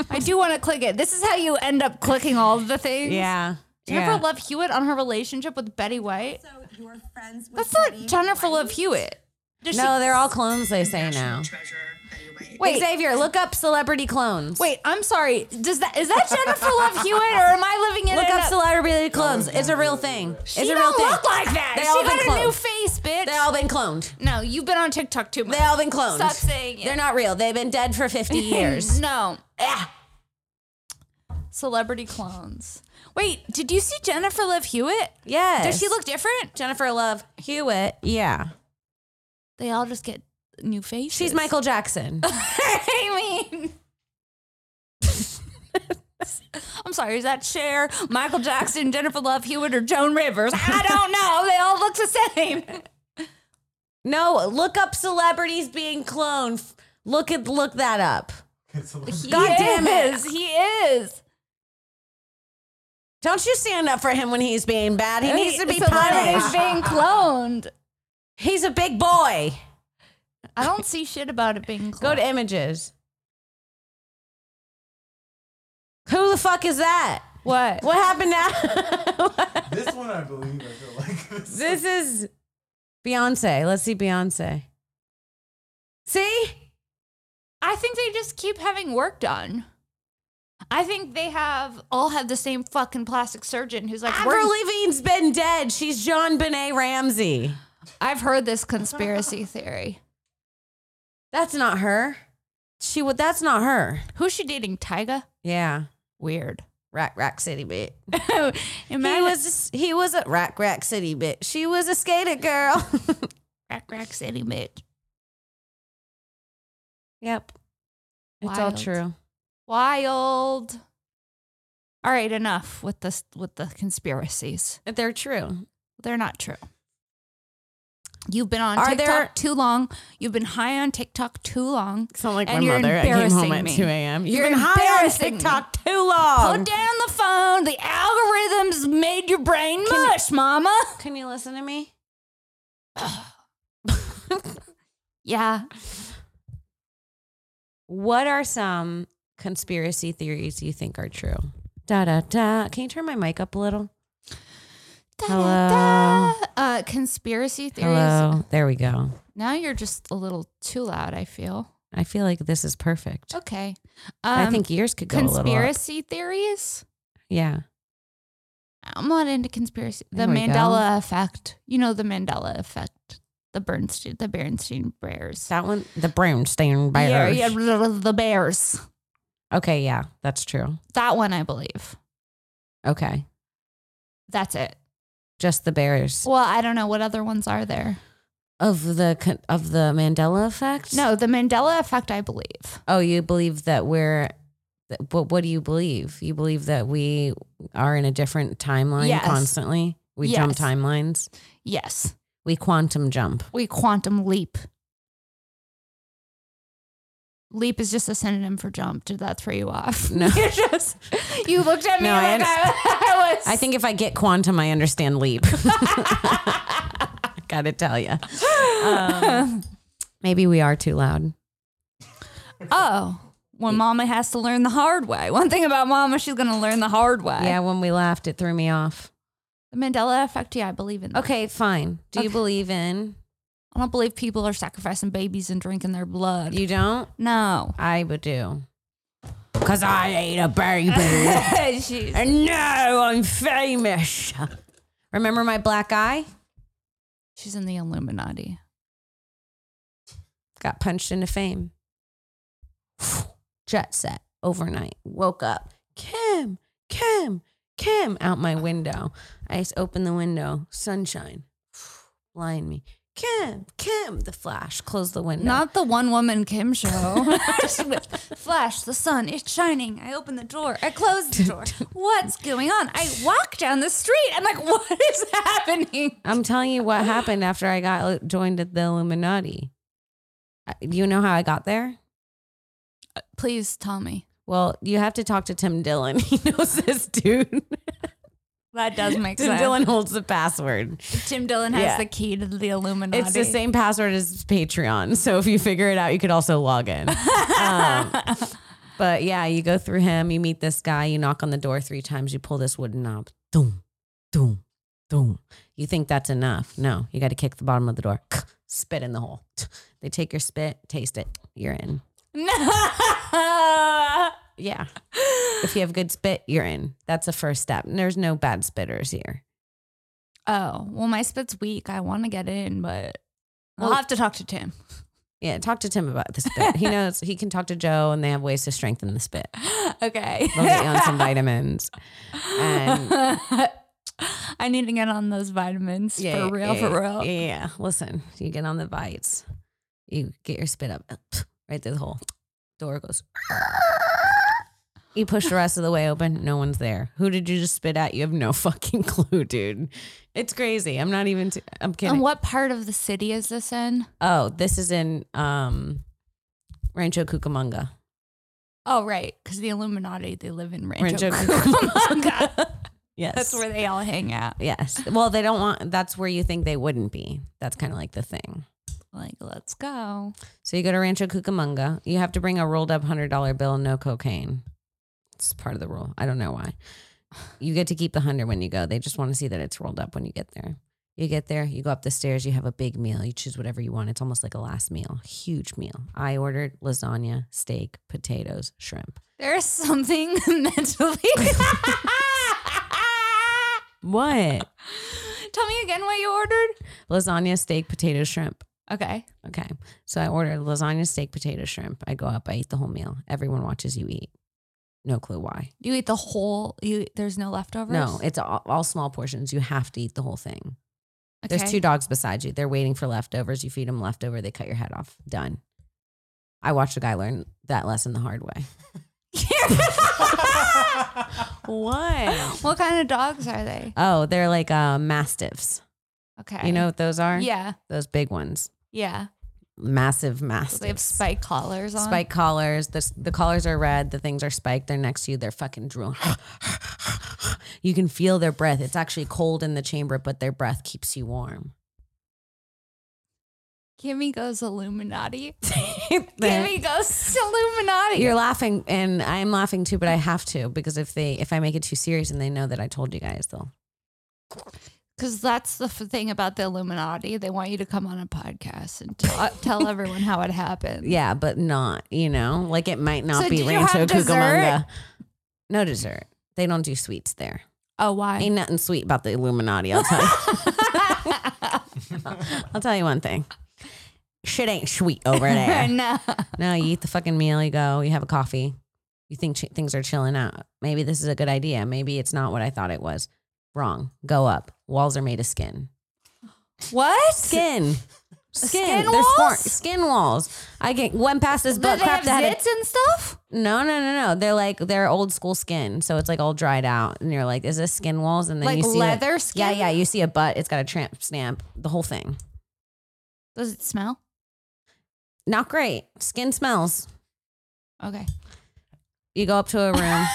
I do want to click it. This is how you end up clicking all of the things. Yeah. Jennifer yeah. Love Hewitt on her relationship with Betty White. So you were friends with That's not Betty Jennifer White? Love Hewitt. Does she- no, they're all clones. They say now. National treasure, Betty White. Wait. Xavier, look up celebrity clones. Wait, I'm sorry. Does that is that Jennifer Love Hewitt or am I living in look an- up celebrity clones. It's a real thing. It's She a real don't thing. look like that. They she all got been a new cloned. face, bitch. They all been cloned. no, you've been on TikTok too much. They all been cloned. Stop saying it. They're not real. They've been dead for fifty years. no. Ah. Celebrity clones. Wait, did you see Jennifer Love Hewitt? Yes. Does she look different? Jennifer Love Hewitt? Yeah. They all just get new faces. She's Michael Jackson. I mean. I'm sorry, is that Cher, Michael Jackson, Jennifer Love Hewitt, or Joan Rivers? Ah. I don't know. They all look the same. no, look up celebrities being cloned. Look at look that up. He God damn it. is. He is. Don't you stand up for him when he's being bad. He needs to be Celebrities punished. being cloned. He's a big boy. I don't see shit about it being cloned. Go to images. Who the fuck is that? what? What happened now? This one, I believe, I feel like this. this is Beyonce. Let's see Beyonce. See? I think they just keep having work done. I think they have all have the same fucking plastic surgeon who's like, Avril "We're- Lavigne's been dead. She's John Benet Ramsey. I've heard this conspiracy theory. That's not her. She would. That's not her. Who's she dating? Tyga? Yeah. Weird. Rack Rack City bit. He Imagine was. He was a Rack Rack City bit. She was a skater girl. Rack Rack City bitch. yep. It's all Wild. true. Wild. All right, enough with this with the conspiracies. They're true. They're not true. You've been on Are TikTok there- too long. You've been high on TikTok too long. Sound like And my you're mother. I came home embarrassing at me. 2 a.m. You've You're been high on embarrassing me. TikTok too long. Put down the phone. The algorithms made your brain mush, mama. Can you listen to me? Yeah. What are some conspiracy theories you think are true? Da da da. Can you turn my mic up a little? Hello. Uh, conspiracy theories. Hello. There we go. Now you're just a little too loud. I feel I feel like this is perfect. okay. I think yours could go a little up. conspiracy theories. Yeah. I'm not into conspiracy. The There we go. Mandela effect. You know the Mandela effect. The Bernstein. The Bernstein Bears. That one, the Brownstein Yeah, Bears. yeah, blah, blah, the Bears. Okay. Yeah. That's true. That one I believe. Okay. That's it. Just the Bears. Well, I don't know what other ones are there. Of the con- of the Mandela effect? No, the Mandela effect. I believe. Oh, you believe that we're that- what what do you believe? You believe that we are in a different timeline Yes. constantly? We jump Yes. timelines. Yes, We quantum jump. we quantum leap. Leap is just a synonym for jump. Did that throw you off? No. you just you looked at me No, I like I, I was. I think if I get quantum, I understand leap. Got to tell you. Um, maybe we are too loud. Oh, well, Mama has to learn the hard way. One thing about Mama, she's going to learn the hard way. Yeah, when we laughed, it threw me off. The Mandela effect. Yeah, I believe in. That. Okay, fine. Do you Okay. believe in? I don't believe people are sacrificing babies and drinking their blood. You don't? no. I would do. Cause I ate a baby. She's- And now I'm famous. Remember my black eye? She's in the Illuminati. Got punched into fame. Jet set overnight. Woke up. Kim, Kim, Kim out my window. I just opened the window. Sunshine. Blind me. Kim, Kim, the flash. Close the window. Not the one woman Kim show. Flash, the sun, it's shining. I open the door. I close the door. What's going on? I walk down the street. I'm like, what is happening? I'm telling you what happened after I got joined at the Illuminati. Uh, You know how I got there? Please tell me. Well, you have to talk to Tim Dillon. He knows this dude. That does make Tim sense. Dillon holds the password. Tim Dillon has Yeah. the key to the Illuminati. It's the same password as Patreon. So if you figure it out, you could also log in. Um, but yeah, you go through him, you meet this guy, you knock on the door three times, you pull this wooden knob. Doom, doom, doom. You think that's enough. No, you got to kick the bottom of the door, spit in the hole. They take your spit, taste it, you're in. No. Yeah. If you have good spit, you're in. That's the first step. And there's no bad spitters here. Oh, well, my spit's weak. I want to get in, but I'll Well- have to talk to Tim. Yeah, talk to Tim about the spit. He knows he can talk to Joe, and they have ways to strengthen the spit. Okay. They'll get you on some vitamins. And- I need to get on those vitamins for real, yeah, for real. Yeah, listen, you get on the bites, you get your spit up right through the hole. Door goes. You push the rest of the way open. No one's there. Who did you just spit at? You have no fucking clue, dude. It's crazy. I'm not even. T- I'm kidding. And what part of the city is this in? oh, this is in um, Rancho Cucamonga. Oh, right, because the Illuminati they live in Rancho, Rancho Cucamonga. Yes, That's where they all hang out. Yes. Well, they don't want. That's where you think they wouldn't be. That's kind of like the thing. Like, let's go. So you go to Rancho Cucamonga. You have to bring a rolled up hundred dollar bill, no cocaine. It's part of the rule. I don't know why. You get to keep the hundred when you go. They just want to see that it's rolled up when you get there. You get there, you go up the stairs, you have a big meal. You choose whatever you want. It's almost like a last meal, huge meal. I ordered lasagna, steak, potatoes, shrimp. There's something mentally. What? Tell me again what you ordered. lasagna, steak, potato, shrimp. Okay. Okay. So I ordered lasagna, steak, potato, shrimp. I go up, I eat the whole meal. Everyone watches you eat. No clue why. You eat the whole. You there's no leftovers. No, it's all, all small portions. You have to eat the whole thing. There's Okay. two dogs beside you. They're waiting for leftovers. You feed them leftover, they cut your head off. Done. I watched a guy learn that lesson the hard way. what? What kind of dogs are they? Oh, they're like uh, mastiffs. Okay. You know what those are? Yeah. Those big ones. Yeah. Massive So mastiffs. they have spike collars on. Spike collars. The, the collars are red. The things are spiked. They're next to you. They're fucking drooling. you can feel their breath. It's actually cold in the chamber, but their breath keeps you warm. Kimmy goes Illuminati. There. Kimmy goes Illuminati. You're laughing, and I'm laughing too, but I have to because if they if I make it too serious and they know that I told you guys, they'll Because that's the f- thing about the Illuminati. They want you to come on a podcast and t- uh, tell everyone how it happened. yeah, but not you know, like it might not So be did you have Rancho dessert? Cucamonga. No dessert. They don't do sweets there. Oh, why? Ain't nothing sweet about the Illuminati. I'll tell you. I'll tell you one thing. Shit ain't sweet over there. no. No, you eat the fucking meal, you go, you have a coffee, you think ch- things are chilling out. Maybe this is a good idea. Maybe it's not what I thought it was. Wrong. Go up. Walls are made of skin. What? Skin. Skin. Skin There's four- walls? skin walls. I get, went past this But book they crap have that had a- zits and stuff? no, no, no, no. They're like they're old school skin, so it's like all dried out, and you're like, is this skin walls? And then Like you see leather a, skin? Yeah, yeah. You see a butt. It's got a tramp stamp. The whole thing. Does it smell? Not great. Skin smells. Okay. You go up to a room.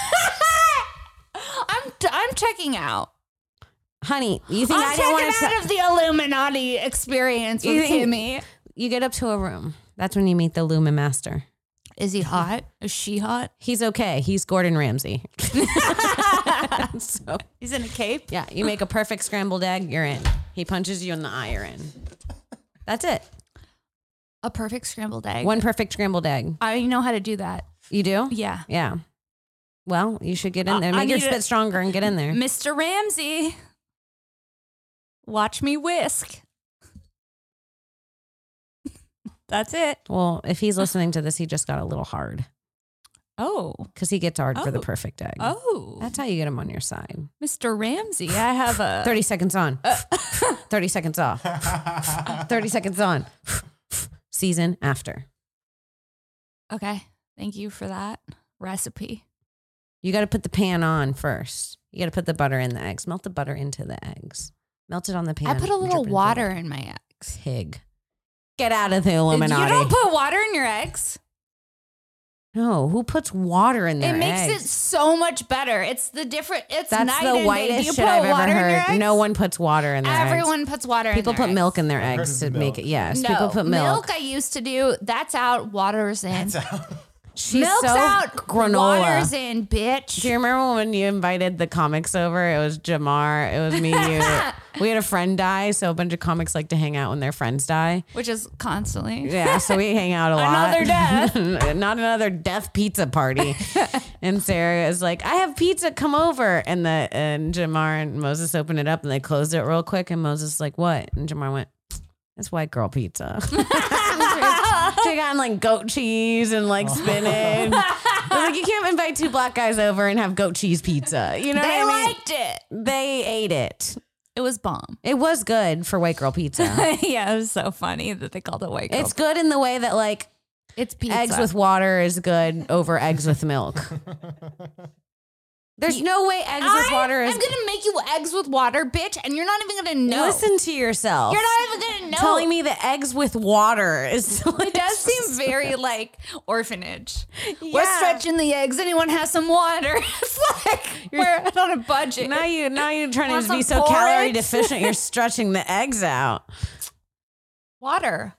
I'm I'm checking out. honey, you think I'm I didn't checking want out to? of the Illuminati experience You with think- Kimmy. you get up to a room. That's when you meet the Lumen Master. Is he hot? Is she hot? He's okay. He's Gordon Ramsay. so He's in a cape. yeah, you make a perfect scrambled egg. You're in. He punches you in the eye. You're in. That's it. A perfect scrambled egg. One perfect scrambled egg. I know how to do that. You do? Yeah. Yeah. Well, you should get in Uh, there. I Make your need to- spit stronger and get in there. Mr. Ramsey, watch me whisk. That's it. Well, if he's listening to this, he just got a little hard Oh. because he gets hard for the Oh. perfect egg. Oh. That's how you get him on your side. Mr. Ramsey, I have a 30 seconds on, Uh, 30 seconds off, 30 seconds on, season after. Okay. Thank you for that recipe. You got to put the pan on first. You got to put the butter in the eggs. Melt the butter into the eggs. Melt it on the pan. I put a and little drip into water in my eggs. the Pig. Get out of the Illuminati. You don't put water in your eggs. no, who puts water in their it makes eggs? it so much better. It's the different. It's That's night and the day. Do you whitest shit put I've water ever in your heard. eggs? No one puts water in their Everyone puts water. eggs. People in their put milk in their I've heard eggs of to milk. make it. Yes, Eggs. No, people put milk. I used to do. That's out. Water's in. She's Milk's so out. granola. Water's in, bitch. Do you remember when you invited the comics over? It was Jamar. It was me. You. we had a friend die, so a bunch of comics like to hang out when their friends die. Which is constantly. Yeah, so we hang out a lot. Another death. Not another death pizza party. and Sarah is like, I have pizza, come over. And the and Jamar and Moses opened it up and they closed it real quick. And Moses is like, What? And Jamar went, That's white girl pizza. She got like goat cheese and like spinach. I was like, you can't invite two black guys over and have goat cheese pizza. You know They what I mean? liked it. they ate it. It was bomb. It was good for white girl pizza. yeah, it was so funny that they called it white girl. it's good in the way that like it's pizza. eggs with water is good over eggs with milk. There's no way eggs with water is. I'm gonna make you eggs with water, bitch, and you're not even gonna know. Listen to yourself. you're not even gonna know. telling me that eggs with water is. it does seem very like orphanage. We're Yeah. stretching the eggs. Anyone has some water? it's like we're on a budget. Now you now you're trying Want to be some so calorie porridge? deficient. You're stretching the eggs out. water.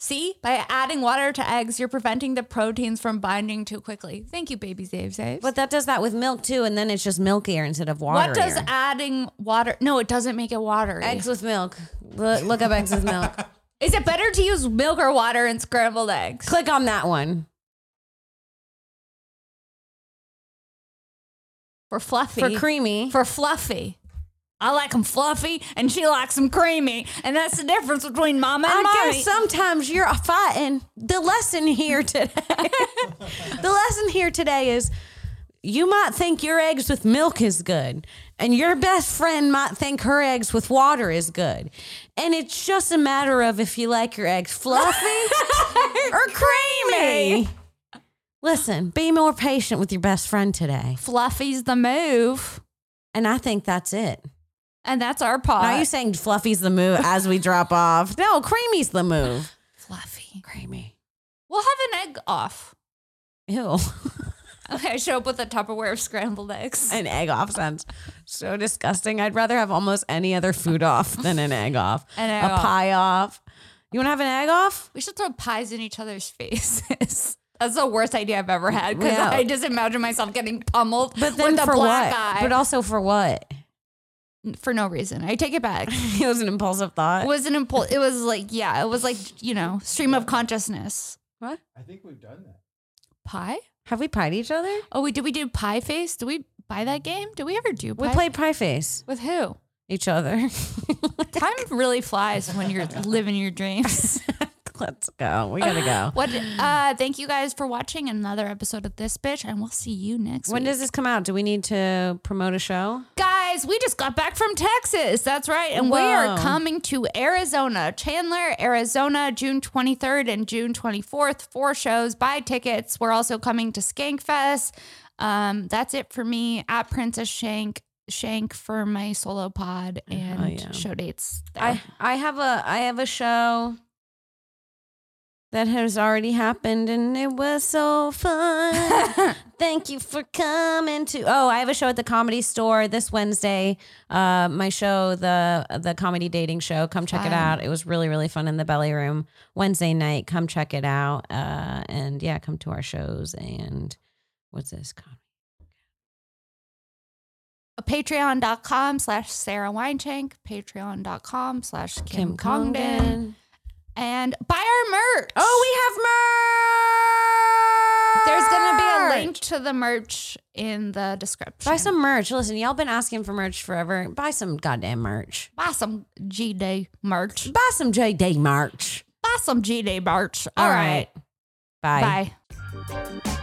See, by adding water to eggs, you're preventing the proteins from binding too quickly. Thank you, baby Zave Zaves. But that does that with milk too, and then it's just milkier instead of water. what does adding water? No, it doesn't make it watery. eggs with milk? Look, look up eggs with milk. Is it better to use milk or water in scrambled eggs? Click on that one For fluffy. for creamy. for fluffy. I like them fluffy, and she likes them creamy, and that's the difference between mama and I mommy. guess sometimes you're fighting. The lesson here today. the lesson here today is you might think your eggs with milk is good, and your best friend might think her eggs with water is good. And it's just a matter of if you like your eggs fluffy or creamy. Listen, be more patient with your best friend today. Fluffy's the move, And I think that's it. and that's our Now pot. you're saying fluffy's the move as we drop off. No, creamy's the move. fluffy. Creamy. We'll have an egg off. Ew. Okay, I show up with a Tupperware of scrambled eggs. an egg off sounds so disgusting. I'd rather have almost any other food off than an egg off. An egg a off. pie off. You want to have an egg off? We should throw pies in each other's faces. That's the worst idea I've ever had because Yeah. I just imagine myself getting pummeled But then with a for black what? eye But also for what? for no reason. I take it back. it was an impulsive thought. It was an impulse. It was like yeah. It was like you know stream of consciousness. What I think we've done that. pie? Have we pied each other? Oh, we did. We do pie face. Did we buy that game? Did we ever do? Pie We played pie face. with who? Each other. Time really flies when you're living your dreams. Let's go. We gotta go. What? Uh, thank you guys for watching another episode of this bitch, and we'll see you next. When week. does this come out? Do we need to promote a show? Guys, we just got back from Texas. That's right. And we Whoa. are coming to Arizona, Chandler, Arizona, June 23rd and June 24th. Four shows, buy tickets. We're also coming to Skankfest. Um, that's it for me at Princess Shank, Shank for my solo pod and Oh, yeah. show dates. There. I I have a I have a show that has already happened and it was so fun. Thank you for coming to Oh, I have a show at the comedy store this Wednesday. Uh my show the the comedy dating show. Come check it Fun. out. It was really really fun in the belly room Wednesday night. Come check it out. Uh and yeah, come to our shows and what's this comedy? Patreon.com slash Sarah Weinchenk, patreon.com slash Kim Congdon, and buy our merch. Oh, we have There's merch. gonna be a link to the merch in the description. Buy some merch. Listen, y'all been asking for merch forever. Buy some goddamn merch. buy some G Day merch. Buy some JD merch. Buy some G Day merch. All All right. right. Bye. Bye. Bye.